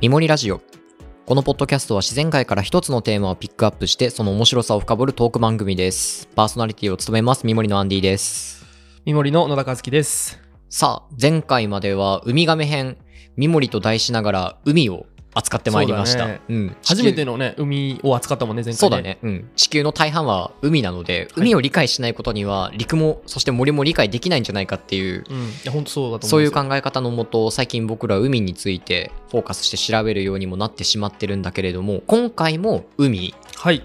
みもりラジオ。このポッドキャストは自然界から一つのテーマをピックアップして、その面白さを深掘るトーク番組です。パーソナリティを務めます、みもりのアンディです。みもりの野田和樹です。さあ、前回までは、ウミガメ編、みもりと題しながら、海を扱ってまいりました。そうだねうん。初めての、のね、海を扱ったもんね、前回、そうだ。ね。うん。地球の大半は海なので、海を理解しないことには、陸も、そして森も理解できないんじゃないかっていううん。いや、本当そうだと思そういう感考え方のもと最近僕らは海についてフォーカスして調べるようにもなってしまってるんだけれども今回も海じ。はい。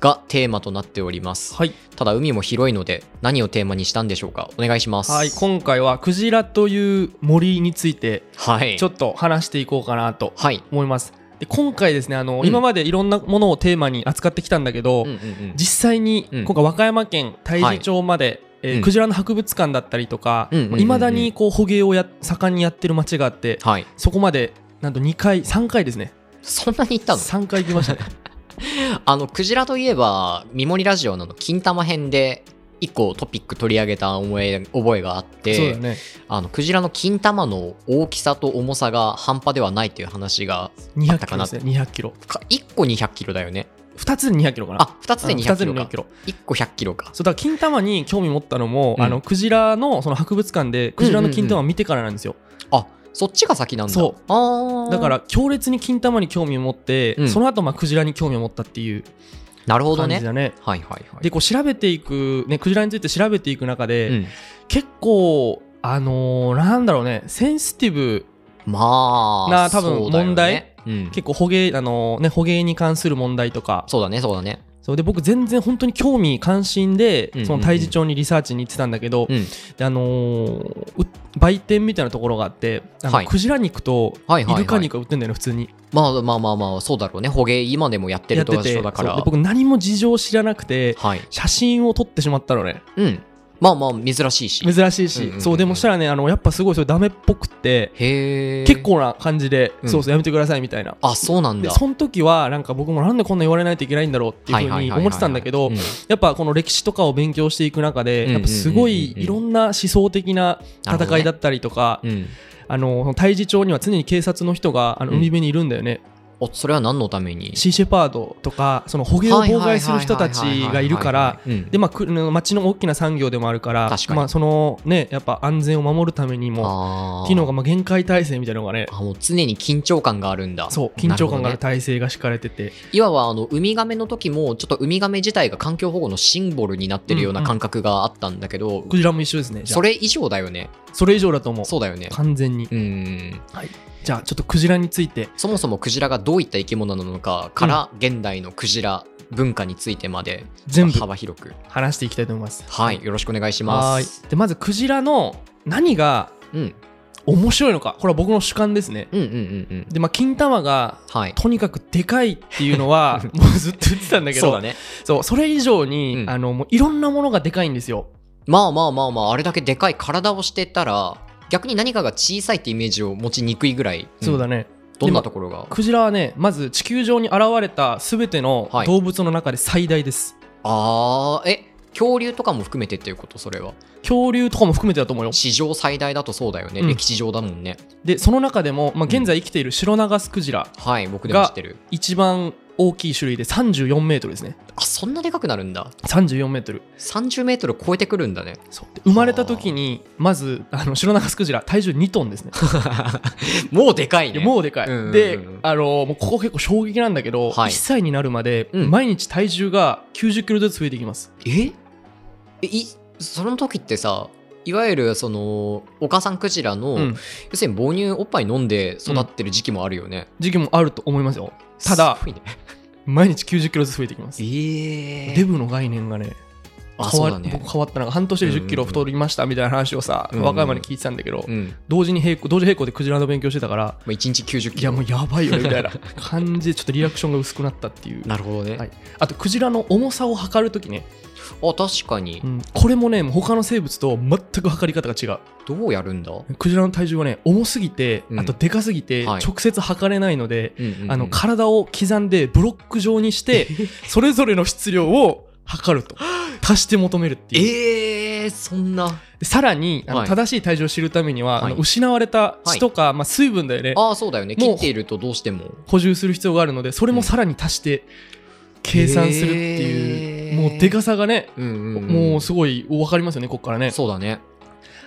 がテーマとなっておりますはい。ただ海も広いので何をテーマにしたんでしょうかお願いしますはい。今回は、クジラという森について、はいちょっと話していこうかなとはい思います。で今回ですね、あの、うん今までいろんなものをテーマに扱ってきたんだけど、うんうんうん実際に、うん今回和歌山県太地町まで、えーうんクジラの博物館だったりとか、うんうんうんうんいまだにこう捕鯨をや盛んにやってる町があって、はいそこまでなんと2回3回ですねそんなに行ったの3回行きましたねあのクジラといえば「みもりラジオ」の金玉編で一個トピック取り上げた思い覚 えがあってそうだねあのクジラの金玉の大きさと重さが半端ではないという話があった200キかロなでってすね200キロか1個2 0 0キロだよね2つで200キロかなあ、2つでうん200つキでロか200。キロ1個100キロか。そうだから金玉に興味持ったのも、うんあのクジラのその博物館でクジラの金玉を見てからなんですよ、あ、そっちが先なんだ。そう。あーだか、ら強烈に金玉に興味を持って、うんその後まあクジラに興味を持ったっていうなるほど感ね。じだねはいはいはい。でこう調べていく、ね、クジラについて調べていく中で、うん結構あのーなんだろうねセンシティブまあ、な多分そうだよね問題うん。結構捕鯨あのーね捕鯨に関する問題とかそうだね、そうだね。そうで僕全然本当に興味関心うんでうんうんその太地町にリサーチに行ってたんだけど、うんであのーう売店みたいなところがあってあのはいクジラ肉とはいイはいはいルカ肉が売ってんだよね普通にまあまあまあまあ、そうだろうね。捕鯨、今でもやってるやっとて一て緒だかそうら。で僕何も事情知らなくてはい。写真を撮ってしまったのねうん。まあまあ、珍しいし。珍しいし、うんうんうんそうでもしたらねあのやっぱすごいそれダメっぽくってへえ。結。構な感じで、うんそうそうやめてくださいみたいな。あ、そうなんでだ。その時はなんか僕もなんでこんな言われないといけないんだろうっていうふうに思ってたんだけどうんやっぱこの歴史とかを勉強していく中うんうんうでんうんやっぱすごいいろんな思想的な戦いだったりとか、うん。あの太地町には常に警察の人があのうん海辺にいるんだよね、お、それは何のためにシーシェパードとかその捕鯨を妨害する人たちがいるから。うんでまあ、く町の大きな産業でもあるから確かにまあ、そのねやっぱ安全を守るためにあもーっていうのがまあ限界体制みたいなのがねあもう常に緊張感があるんだそう緊張感があなるほどね体制が敷かれてて、いわばあのウミガメの時もちょっとウミガメ自体が環境保護のシンボルになってるような感覚があったんだけど、クジラも一緒ですねじゃあそれ以上だよねそれ以上だと思うそうだよね完全にうんじゃあちょっとクジラについてそもそもクジラがどういった生き物なのかから、現代のクジラ文化についてまで全部幅広く話していきたいと思いますはいよろしくお願いしますはいでまずクジラの何がうん面白いのかこれは僕の主観ですねうんうんうんうんでまあ金玉がはいとにかくでかいっていう のはもうずっと言ってたんだけどそうだねそうそれ以上に、うんあのもういろんなものがでかいんですよまあまあまあまああれだけでかい体をしてたら逆に何かが小さいってイメージを持ちにくいぐらい、んそうだねどんなところがクジラはねまず地球上に現れた全てのはい動物の中で最大です、あーえ恐竜とかも含めてっていうことそれは恐竜とかも含めてだと思うよ史上最大だとそうだよね、うん歴史上だもんねでその中でも、まあ、現在生きているシロナガスクジラはい僕でも知ってる一番大きい種類で3 4メートルですねあそんなでかくなるんだ3 4メートル3 0ル超えてくるんだねそうで生まれた時にまずあのシロナガスクジラ体重2トンですねもうでかいでねもうでかい、うんうんうんであのもうここ結構衝撃なんだけど、はい1歳になるまでうん毎日体重が9 0キロずつ増えていきます、ええいその時ってさいわゆるそのお母さんクジラの、うん要するに母乳おっぱい飲んで育ってる時期もあるよね、時期もあると思いますよただすごいね毎日9 0キロずつ増えていきますええデブの概念がねあ変そわうだね僕変わったのが半年で1 0キロ太りましたみたいな話をさ、うんうん和歌山に聞いてたんだけど、うん、ま同時に並行同時並行でクジラの勉強してたからあ、1日9 0いキやロもうやばいよね みたいな感じでちょっとリアクションが薄くなったっていうなるほどね、はいあとクジラの重さを測るときね、あ確かにうんこれもねもう他の生物と全く測り方が違うどうやるんだ、うクジラの体重はね重すぎて、うんあとでかすぎて、はい直接測れないので、んうんうん あの体を刻んでブロック状 にしてそれぞれの質量を測ると足して求めるっていうえええー、そんな。でさらにあの、はい正しい体重を知るためには、あのはい失われた血とか、まあ、水分だよねああ、そうだよね。もう切っているとどうしても。補充する必要があるのでそれもさらに足して計算するっていへう、ーもうでかさがね、うんうん、もうそすごい分かりますよねここからねうだね。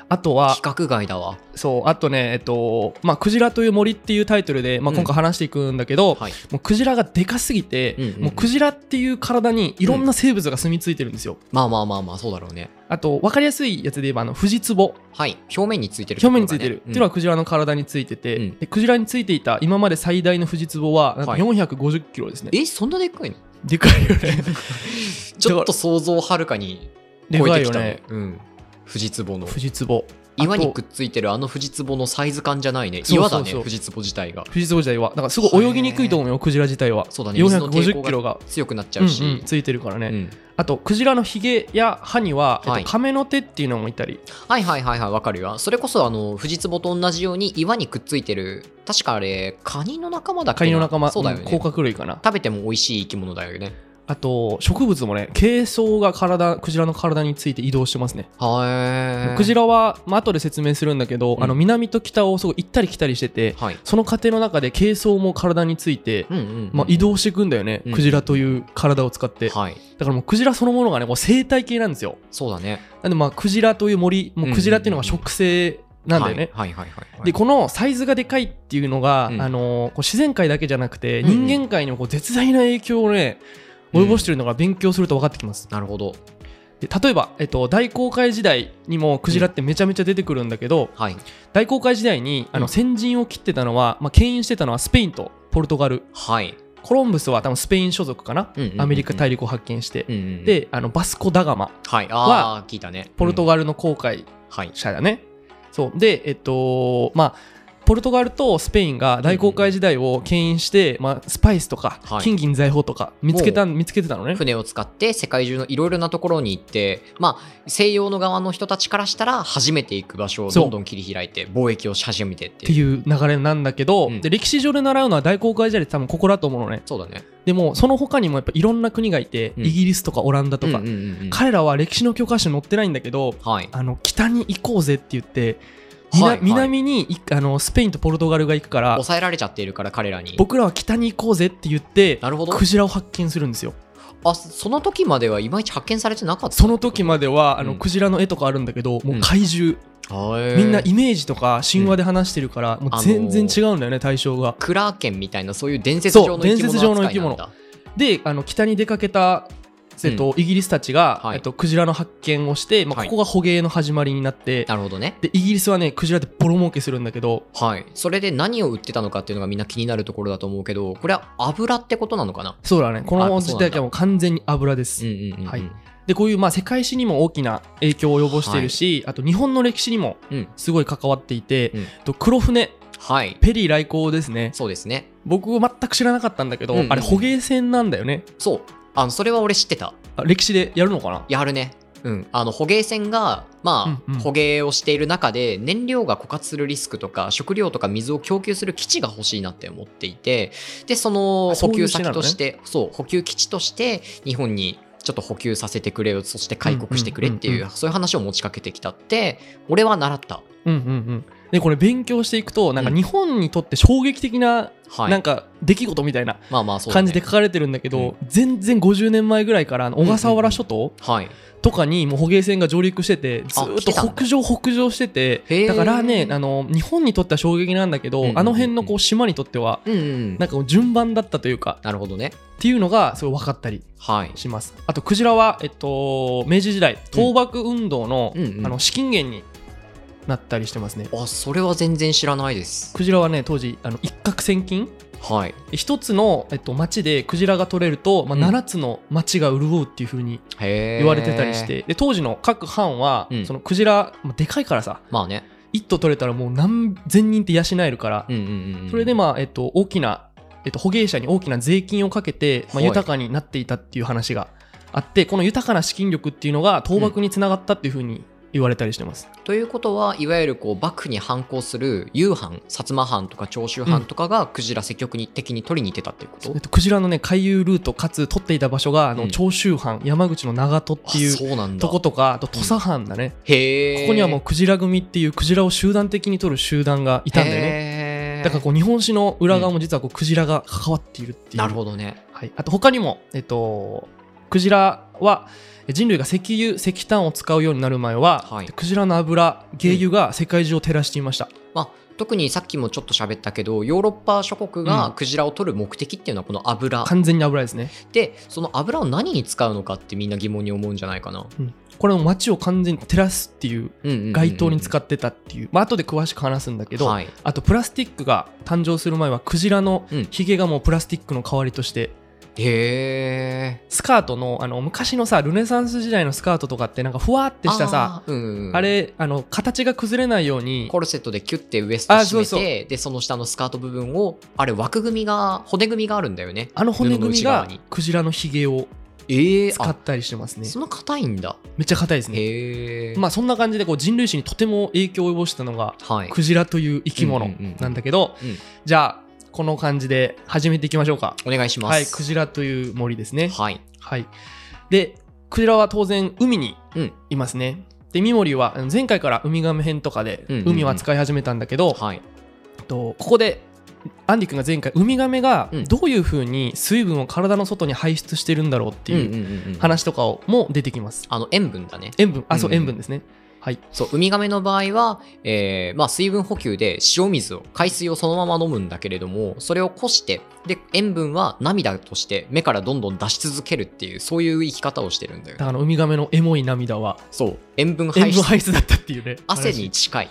あとは規格外だわ。そうあとねえっとまあ「クジラという森」っていうタイトルで、まあ、うん今回話していくんだけど、はい。もうクジラがでかすぎて、うんうんうんもうクジラっていう体にいろんな生物が住み着いてるんですよ、まあまあまあまあ、そうだろうね。あと分かりやすいやつで言えばあのフジツボはい。表面についてる、表面についてる、っていうのはは、クジラの体についてて、うんでクジラについていた今まで最大のフジツボはなんとはい450キロですね、え、そんなでっかいのでかいよ ねちょっと想像をはるかにで超かえていよきたね。ねうん。富士壺の。フジツボ岩にあくっついてるあの富士壺のサイズ感じゃないね。そうそ岩うそうだね、富士壺自体が。フジツボ自体はだからすごい泳ぎにくいと思うよクジラ自体はそうだね。水の抵抗450キロが強くなっちゃうし。うんうんついてるからね、うんあとクジラのヒゲや歯には、はえいっと、亀の手っていうのもいたりはいはいはいはい、わかるよ。それこそ、あの、フジツボと同じように岩にくっついてる、確かあれ、カニの仲間だっけなカニの仲間そうだよね。ん甲殻類かな食べても美味しい生き物だよね。あと植物もね珪藻が体クジラの体について移動してますねはい。クジラは、まあ後で説明するんだけど、うんあの南と北をすごい行ったり来たりしててはい。その過程の中で珪藻も体について、うんうん、まあ、移動していくんだよね、うんクジラという体を使って、だかはい。らもうクジラそのものがねこう生態系なんですよそうだね。なんでまあクジラという森もうクジラっていうのが植生なんだよね、はいはいはいはい、はい。でこのサイズがでかいっていうのが、うんあのこう自然界だけじゃなくてうんうん人間界にもこう絶大な影響をね及ぼしてるのが勉強すると分かってきます、なるほど。で例えば、えっと、大航海時代にもクジラってめちゃめちゃ出てくるんだけど、はい。大航海時代にあうのん先陣を切ってたのは、まあ、牽引してたのはスペインとポルトガルはい。コロンブスは多分スペイン所属かな、うんうんうんうんアメリカ大陸を発見して、うんうんうん、であのバスコ・ダガマはい。ああ、聞いたね。ポルトガ、ガルの航海はい。者だね、そうでえっとまあポルトガルとスペインが大航海時代を牽引して、まあ、スパイスとか、はい金銀財宝とか見つけた見つけてたのね船を使って世界中のいろいろなところに行って、まあ、西洋の側の人たちからしたら初めて行く場所をそうどんどん切り開いて貿易をし始めてってっていういう流れなんだけど、うんで歴史上で習うのは大航海時代って多分ここだと思うのねそうだねでもその他にもやっぱいろんな国がいて、うんイギリスとかオランダとか、うんうんうんうん彼らは歴史の教科書に載ってないんだけどはいあの北に行こうぜって言って、みなはいはい南にいあのスペインとポルトガルが行くから抑えられちゃっているから彼らに僕らは北に行こうぜって言ってなるほどクジラを発見するんですよあその時まではいまいち発見されてなかったその時まではあの、うんクジラの絵とかあるんだけどもううん怪獣、はいみんなイメージとか神話で話してるから、もう全あ然のー違うんだよね対象がクラーケンみたいなそういう伝説上の生きそう伝説物上の扱のい生きなん物だであの北に出かけた、えっと、イギリスたちが、はいえっと、クジラの発見をして、まあ、はいここが捕鯨の始まりになって、なるほどねでイギリスはねクジラでボロ儲けするんだけどはいそれで何を売ってたのかっていうのがみんな気になるところだと思うけどこれは油ってことなのかなそうだねこのあ時代はもう完全に油です、うんうんうんうんはいでこういうまあ世界史にも大きな影響を及ぼしているし、あと日本の歴史にもうんすごい関わっていて、うんと黒船はいペリー来航ですねそうですね僕全く知らなかったんだけど、うんうんうんあれ捕鯨船なんだよねそうあのそれは俺知ってたあ歴史でやるのかなやるねうん、あの捕鯨船が、まあうんうん捕鯨をしている中で燃料が枯渇するリスクとか食料とか水を供給する基地が欲しいなって思っていてでそのあそ補うい給う先としてそう,、補給基地として日本にちょっと補給させてくれよそして開国してくれっていう,、うんうんうんそういう話を持ちかけてきたって俺は習った、うんうんうんでこれ勉強していくとなんか日本にとって衝撃的なはい、なんか出来事みたいなまあまあそうだ感ねじで書かれてるんだけど全然50年前ぐらいからあの小笠原諸島はいとかにもう捕鯨船が上陸しててずーっ来てたんだと北上北上してへてーだからねあの日本にとっては衝撃なんだけうんうんどうんあの辺のこう島にとってはうんうんなんかこう順番だったというかなるほどねっていうのがすごい分かったりはいしますあとクジラは、えっと、明治時代倒幕運動の,、うんうんあの資金源になったりしてますねあそれは全然知らないですクジラはね当時あの一攫千金はい一つの、えっと、町でクジラが取れると、まあ、うん7つの町が潤うっていう風にへえ言われてたりして、で当時の各藩は、うんそのクジラ、まあ、でかいからさまあね一頭取れたらもう何千人って養えるから、うんうんうんうんそれでまあ、えっと、大きな、えっと、捕鯨者に大きな税金をかけて、まはあ、い豊かになっていたっていう話があってこの豊かな資金力っていうのが倒幕につながったっていうふうに言われたりしてます。ということはいわゆるこう幕府に反抗する夕藩薩摩藩とか長州藩とかがクジラ積極的に取りに行ってたっていうこと、えっと、クジラのね回遊ルートかつ取っていた場所があの、うん長州藩山口の長門っあていうそうなんだとことかあと土佐藩だね、へえここにはもうクジラ組っていうクジラを集団的に取る集団がいたんだよねねだからこう日本史の裏側も実はこうクジラが関わっているっていうなるほどねはい、あと他にも、えっと、クジラは人類が石油石炭を使うようになる前は、はいクジラの油鯨油が世界中を照らしていました、まあ特にさっきもちょっと喋ったけどヨーロッパ諸国うがんクジラを取る目的っていうのはこの油完全に油ですねでその油を何に使うのかってみんな疑問に思うんじゃないかな、これも街を完全に照らすっていううんうんうんうん街灯に使ってたっていう,、まあ後で詳しく話すんだけど、はい、あとプラスティックが誕生する前はクジラのうんヒゲがもうプラスティックの代わりとしてへえスカートのあの昔のさルネサンス時代のスカートとかってなんかふわってしたさあ,、うんうんうあんれあの形が崩れないようにコルセットでキュッてウエスト締めてあそうそうでその下のスカート部分をあれ枠組みが骨組みがあるんだよねあの骨布の組み内側がにクジラのヒゲをええ使ったりしてますねそんな硬いんだめっちゃ硬いですねへえまあそんな感じでこう人類史にとても影響を及ぼしたのがはいクジラという生き物うんうんうんうんなんだけど、うんじゃあこの感じで始めていきましょうかお願いしますはいクジラという森ですねはいはいでクジラは当然海にうんいますね、でミモリはあの前回からウミガメ編とかでうんうんうん海は使い始めたんだけど、はいえっとここでアンディ君が前回ウミガメがうんどういうふうに水分を体の外に排出してるんだろうっていううんうんうんうん話とかをも出てきます。あの塩分だね塩分、あ、そう、うんうん塩分ですね。はい。そうウミガメの場合は、えーまあ、水分補給で塩水を海水をそのまま飲むんだけれどもそれをこしてで塩分は涙として目からどんどん出し続けるっていうそういう生き方をしてるんだよだねから、ウミガメのエモい涙は、そう塩分塩排分出排出だったっていうね。汗話に。近い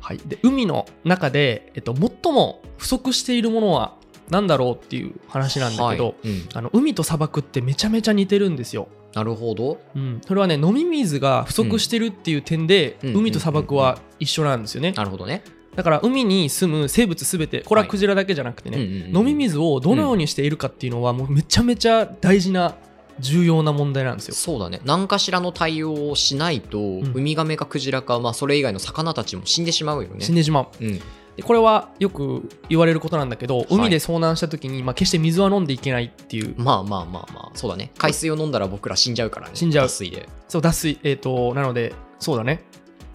はい。で、海の中で、えっと、最も不足しているものは何だろうっていう話なんだけど、はいうんあの海と砂漠ってめちゃめちゃ似てるんですよ。なるほどうん、それはね飲み水が不足してるっていう点で、うん海と砂漠は一緒なんですよね、なるほどね、だから海に住む生物すべてこれはクジラだけじゃなくてね、うんうんうん飲み水をどのようにしているかっていうのはもうめちゃめちゃ大事な重要な問題なんですよ。そうだね何かしらの対応をしないと、んウミガメかクジラか、まあ、それ以外の魚たちも死んでしまうよね死んでしまううん、でこれはよく言われることなんだけどい海で遭難した時に、まあ、決して水は飲んでいけないっていうまあまあまあまあそうだね海水を飲んだら僕ら死んじゃうからね死んじゃう脱水でそう脱水、えー、となのでそうだね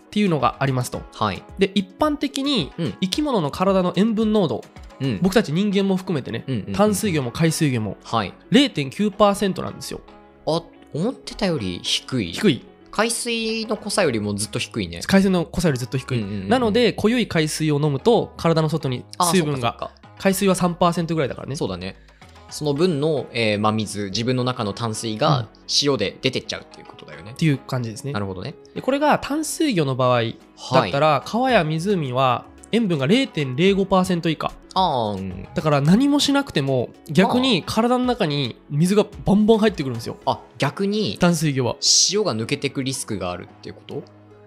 っていうのがありますとはい、で一般的にうん生き物の体の塩分濃度うん、僕たち人間も含めてねうんうんうん淡水魚も海水魚もはい0.9%なんですよあ思ってたより低い低い海水の濃さよりもずっと低いね海水の濃さよりずっと低い、うんうんうんなので濃ゆい海水を飲むと体の外にあ水分そがうかそうか海水は3%ぐらいだからねそうだねその分の、えー真水自分の中の淡水うんが塩で出てっちゃうっていうことだよねっ、ていう感じですねなるほどねでこれが淡水魚の場合だったら、川や湖は塩分が0.05%以下あーうんだから何もしなくても逆に体の中に水がバンバン入ってくるんですよあ逆に淡水魚は塩が抜けてくリスクがあるっていうこと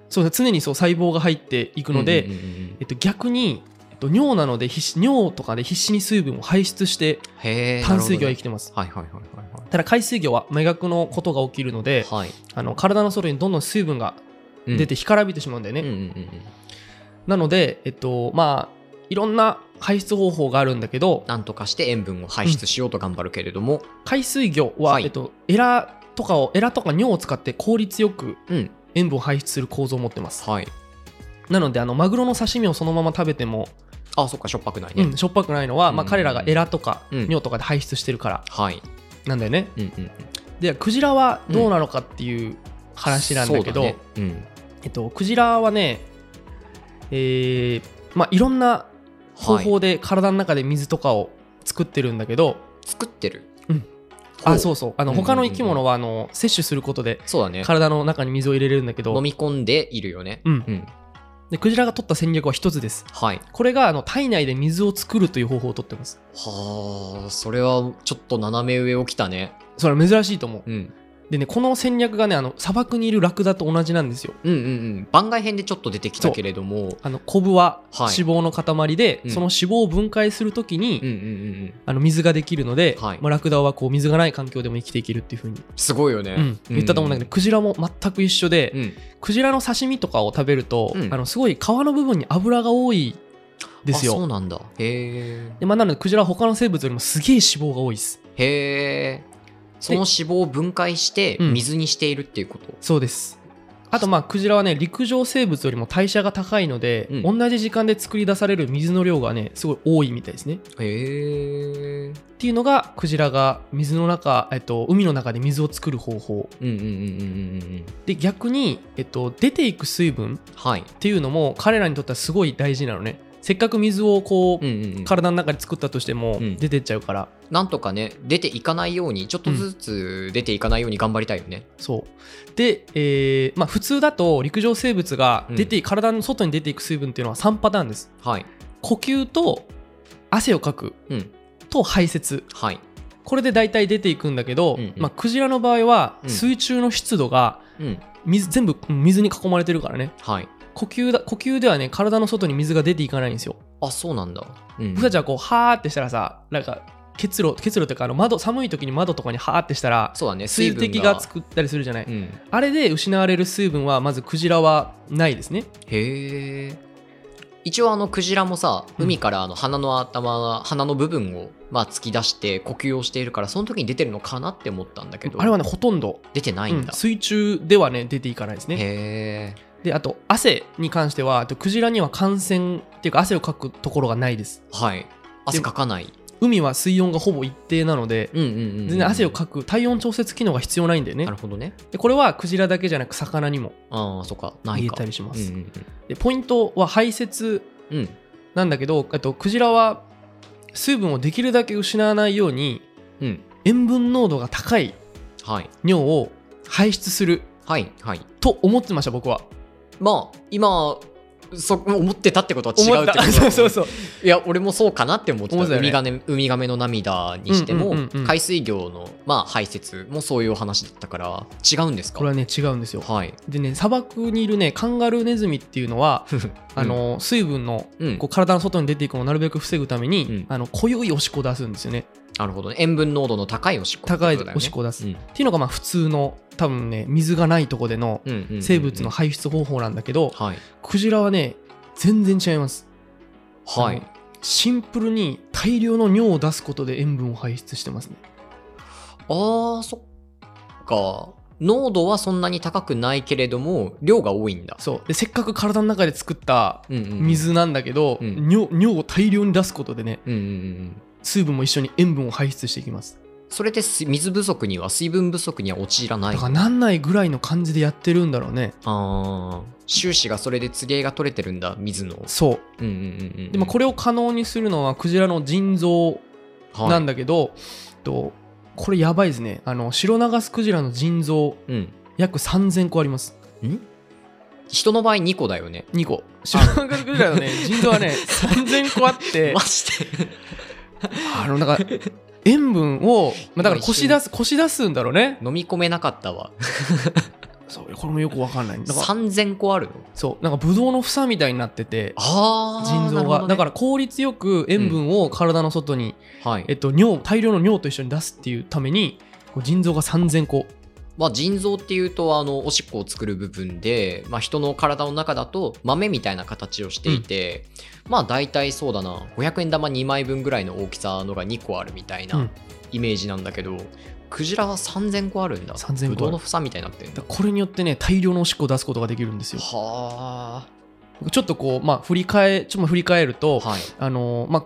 そう常にそう細胞が入っていくので、うんうんうんうんえっと、逆に、えっと、尿なので必死尿とかで必死に水分を排出してへえ淡水魚は生きてます、はいはいはいはいただ海水魚は真逆のことが起きるのではいはいあの体の外にどんどん水分がうん出て干からびてしまうんだよね、うんうんうんうんなので、えっとまあ、いろんな排出方法があるんだけどなんとかして塩分を排出しようと頑張るけれども、海水魚は、はいえっと、エラとかをエラとか尿を使って効率よくうん塩分を排出する構造を持ってますはいなのであのマグロの刺身をそのまま食べても、あそっかしょっぱくないね、うん、しょっぱくないのは、うんまあ、彼らがエラとかうん尿とかで排出してるからはい、なんだよねうんうんうん、でクジラはどうなのかっていう話なんだけど、そうねうんえっと、クジラはね、えーまあ、いろんな方はい法で体の中で水とかを作ってるんだけど、作ってる、うんほあそうそうあのうんうんうん他の生き物はあの摂取することでそうだね体の中に水を入れるんだけ飲ど、み込んでいるよねうん、うんでクジラが取った戦略は一つですはいこれがあの体内で水を作るという方法を取ってますはあそれはちょっと斜め上起きたねそれは珍しいと思ううんでねこの戦略がねあの砂漠にいるラクダと同じなんですようんうんうん番外編でちょっと出てきたけれどもあのコブははい脂肪の塊で、うんその脂肪を分解するときに、うんうんうんあの水ができるので、はいまあ、ラクダはこう水がない環境でも生きていけるっていうふうに、すごいよね、うん言ったと思うんだけど、クジラも全く一緒で、うんクジラの刺身とかを食べると、うんあのすごい皮の部分に脂が多いですあそうよなんだへで、まあ、なのでクジラは他の生物よりもすげえ脂肪が多いですえへえその脂肪を分解してうん水にしているっていうこと、そうですあとまあクジラはね陸上生物よりも代謝が高いので、うん同じ時間で作り出される水の量がねすごい多いみたいですねへえっていうのがクジラが水の中、えっと、海の中で水を作る方法うんうんうんうんうんうんで逆に、えっと、出ていく水分はいっていうのも彼らにとってはすごい大事なのねせっかく水をこう、うんうんうん体の中で作ったとしてもうん出てっちゃうから、なんとかね出ていかないようにちょっとずつ出ていかないように頑張りたいよね、そうで、えーまあ、普通だと陸上生物が出て、体の外に出ていく水分っていうのは3パターンですはい呼吸と汗をかくうんと排泄はいこれで大体出ていくんだけど、うんうんまあ、クジラの場合はうん水中の湿度がうん水全部うん水に囲まれてるからねはい呼吸だ呼吸ではね体の外に水が出ていかないんですよあそうなんだ、うん、僕たちはこうはーってしたらさなんか結露結露というかあの窓寒い時に窓とかにはーってしたらそうだね水水分滴が作ったりするじゃない、うん、あれで失われる水分はまずクジラはないですねへえ一応あのクジラもさうん海からあの鼻の頭鼻の部分をまあ突き出して呼吸をしているからその時に出てるのかなって思ったんだけどあれはねほとんど、出てないんうんだ、水中ではね出ていかないですねへえであと汗に関してはあとクジラには感染っていうか汗をかくところがないですはい汗かかない海は水温がほぼ一定なのでうんうんうんうん全然汗をかく体温調節機能が必要ないんだよねなるほどねでこれはクジラだけじゃなく魚にもああそっかない言えかたりします、うんうんでポイントは排泄うん、うんなんだけどあとクジラは水分をできるだけ失わないようにうん塩分濃度が高いはい尿を排出するはいはいと思ってました僕はまあ今そ思ってた ってことは違思うっってことた だそうそうそういや俺もそうかなって思ってた思ってたよウねミガメウミガメの涙にしても、うんうんうんうん海水魚の、まあ、排泄もそういうお話だったから違うんですかこれはね違うんですよはい、 でね砂漠にいるねカンガルーネズミっていうのはあの水分のうん、うんこう体の外に出ていくのをなるべく防ぐために、うんあの濃ゆいおしっこを出すんですよねなるほどね塩分濃度の高いおしっこ高いってことだよねおしっこを出す、うんっていうのがまあ普通の多分ね水がないとこでのうんうんうんうん生物の排出方法なんだけど、はいクジラはね全然違いますはあいのシンプルに大量の尿を出すことで塩分を排出してますねあーそっか濃度はそんなに高くないけれども量が多いんだそうでせっかく体の中で作ったうんうんうん、水なんだけど、うん尿尿を大量に出すことでねうんうんうんうん水分も一緒に塩分を排出していきますそれで水水不足には水分不足には陥らないだからなんないぐらいの感じでやってるんだろうねああ収支がそれで釣り合いが取れてるんだ水のそうんうんうんうんうで、まあ、これを可能にするのはクジラの腎臓れなんだけど、とこれやばいですねあのシロナガスクジラの腎臓うん約3000個あります人の場合2個だよね2個シロナガスクジラのね腎臓は ね3000個あってマジで あのだから塩分を、まあ、だから今一こ瞬し出すこし出すんだろうね飲み込めなかったわそうこれもよくわかん ないだから3000個あるのそうなんかブドウの房みたいになっててああ腎臓が、だからら効率よく塩分を体の外に、はいえっと、尿大量の尿と一緒に出すっていうためにこう腎臓が3000個まあ腎臓っていうとあのおしっこを作る部分で、まあ、人の体の中だと豆みたいな形をしていて、まあ大体そうだな500円玉2枚分ぐらいの大きさのが2個あるみたいうんなイメージなんだけど、クジラは3000個あるんだ3000個ぶどうの房みたいになってんだだからこれによってね大量のおしっこを出すことができるんですよはちょっとこうまあ振り返ちょっと振り返るあとはいあのーまあ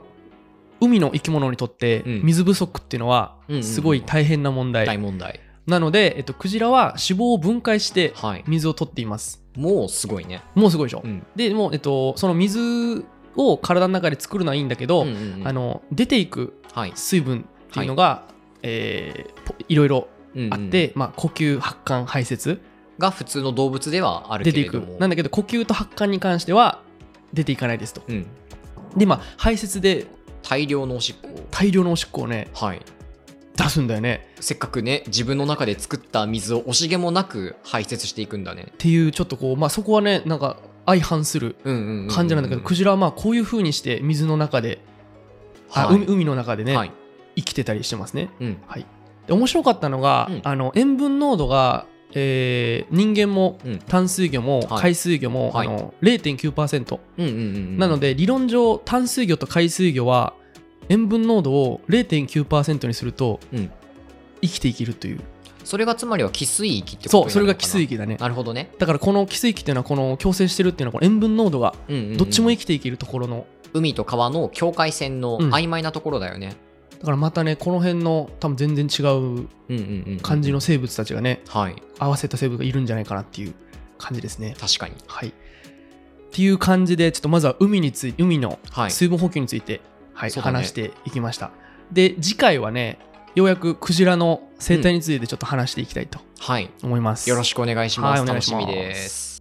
海の生き物にとってうん水不足っていうのはうんうんうんすごい大変な問題、大問題なので、えっと、クジラは脂肪を分解してはい水を取っていますもうすごいねもうすごいでしょ、うんでもう、えっと、その水を体の中で作るのはいいんだけど、うんうんうんあの出ていくはい水分っていうのが、えーぽいろいろあっうんうて、んまあ、呼吸発汗排泄が普通の動物ではあるけ出てれいくどもなんだけど呼吸と発汗に関しては出ていかないですとうん、でまあ排泄で大量のおしっこ大量のおしっこをねはい出すんだよねせっかくね自分の中で作った水を惜しげもなく排泄していくんだねっていうちょっとこうまあそこはねなんか相反するうんうんうんうん感じなんだけど、クジラはまあこういう風にして水の中で、あはい海海の中でね、はい生きてたりしてますねうんで面白かったのが、うんあの塩分濃度が、えー人間もうん淡水魚もはい海水魚も、はいあの0.9%、うんうんうんうんなので理論上淡水魚と海水魚は塩分濃度を0.9%にすると、うん生きていけるというそれがつまりは寄水域ってことになるのそうそれが寄水域域だねなるほどね、だからこの寄水域っていうのはこの共生してるっていうのはこの塩分濃度がうんうんうんどっちも生きていけるところの、海と川の境界線の曖昧なところだよね、だからまたねこの辺の多分全然違ううん、うんうんうん感じの生物たちがねはい合わせた生物がいるんじゃないかなっていう感じですね確かにはいっていう感じでちょっとまずは海につい海のはい水分補給について、はいそうだね話していきましたで次回はねようやくクジラの生態についてちょっと話していきたいとはい思います、よろしくお願いします、はいお願い楽ししますみです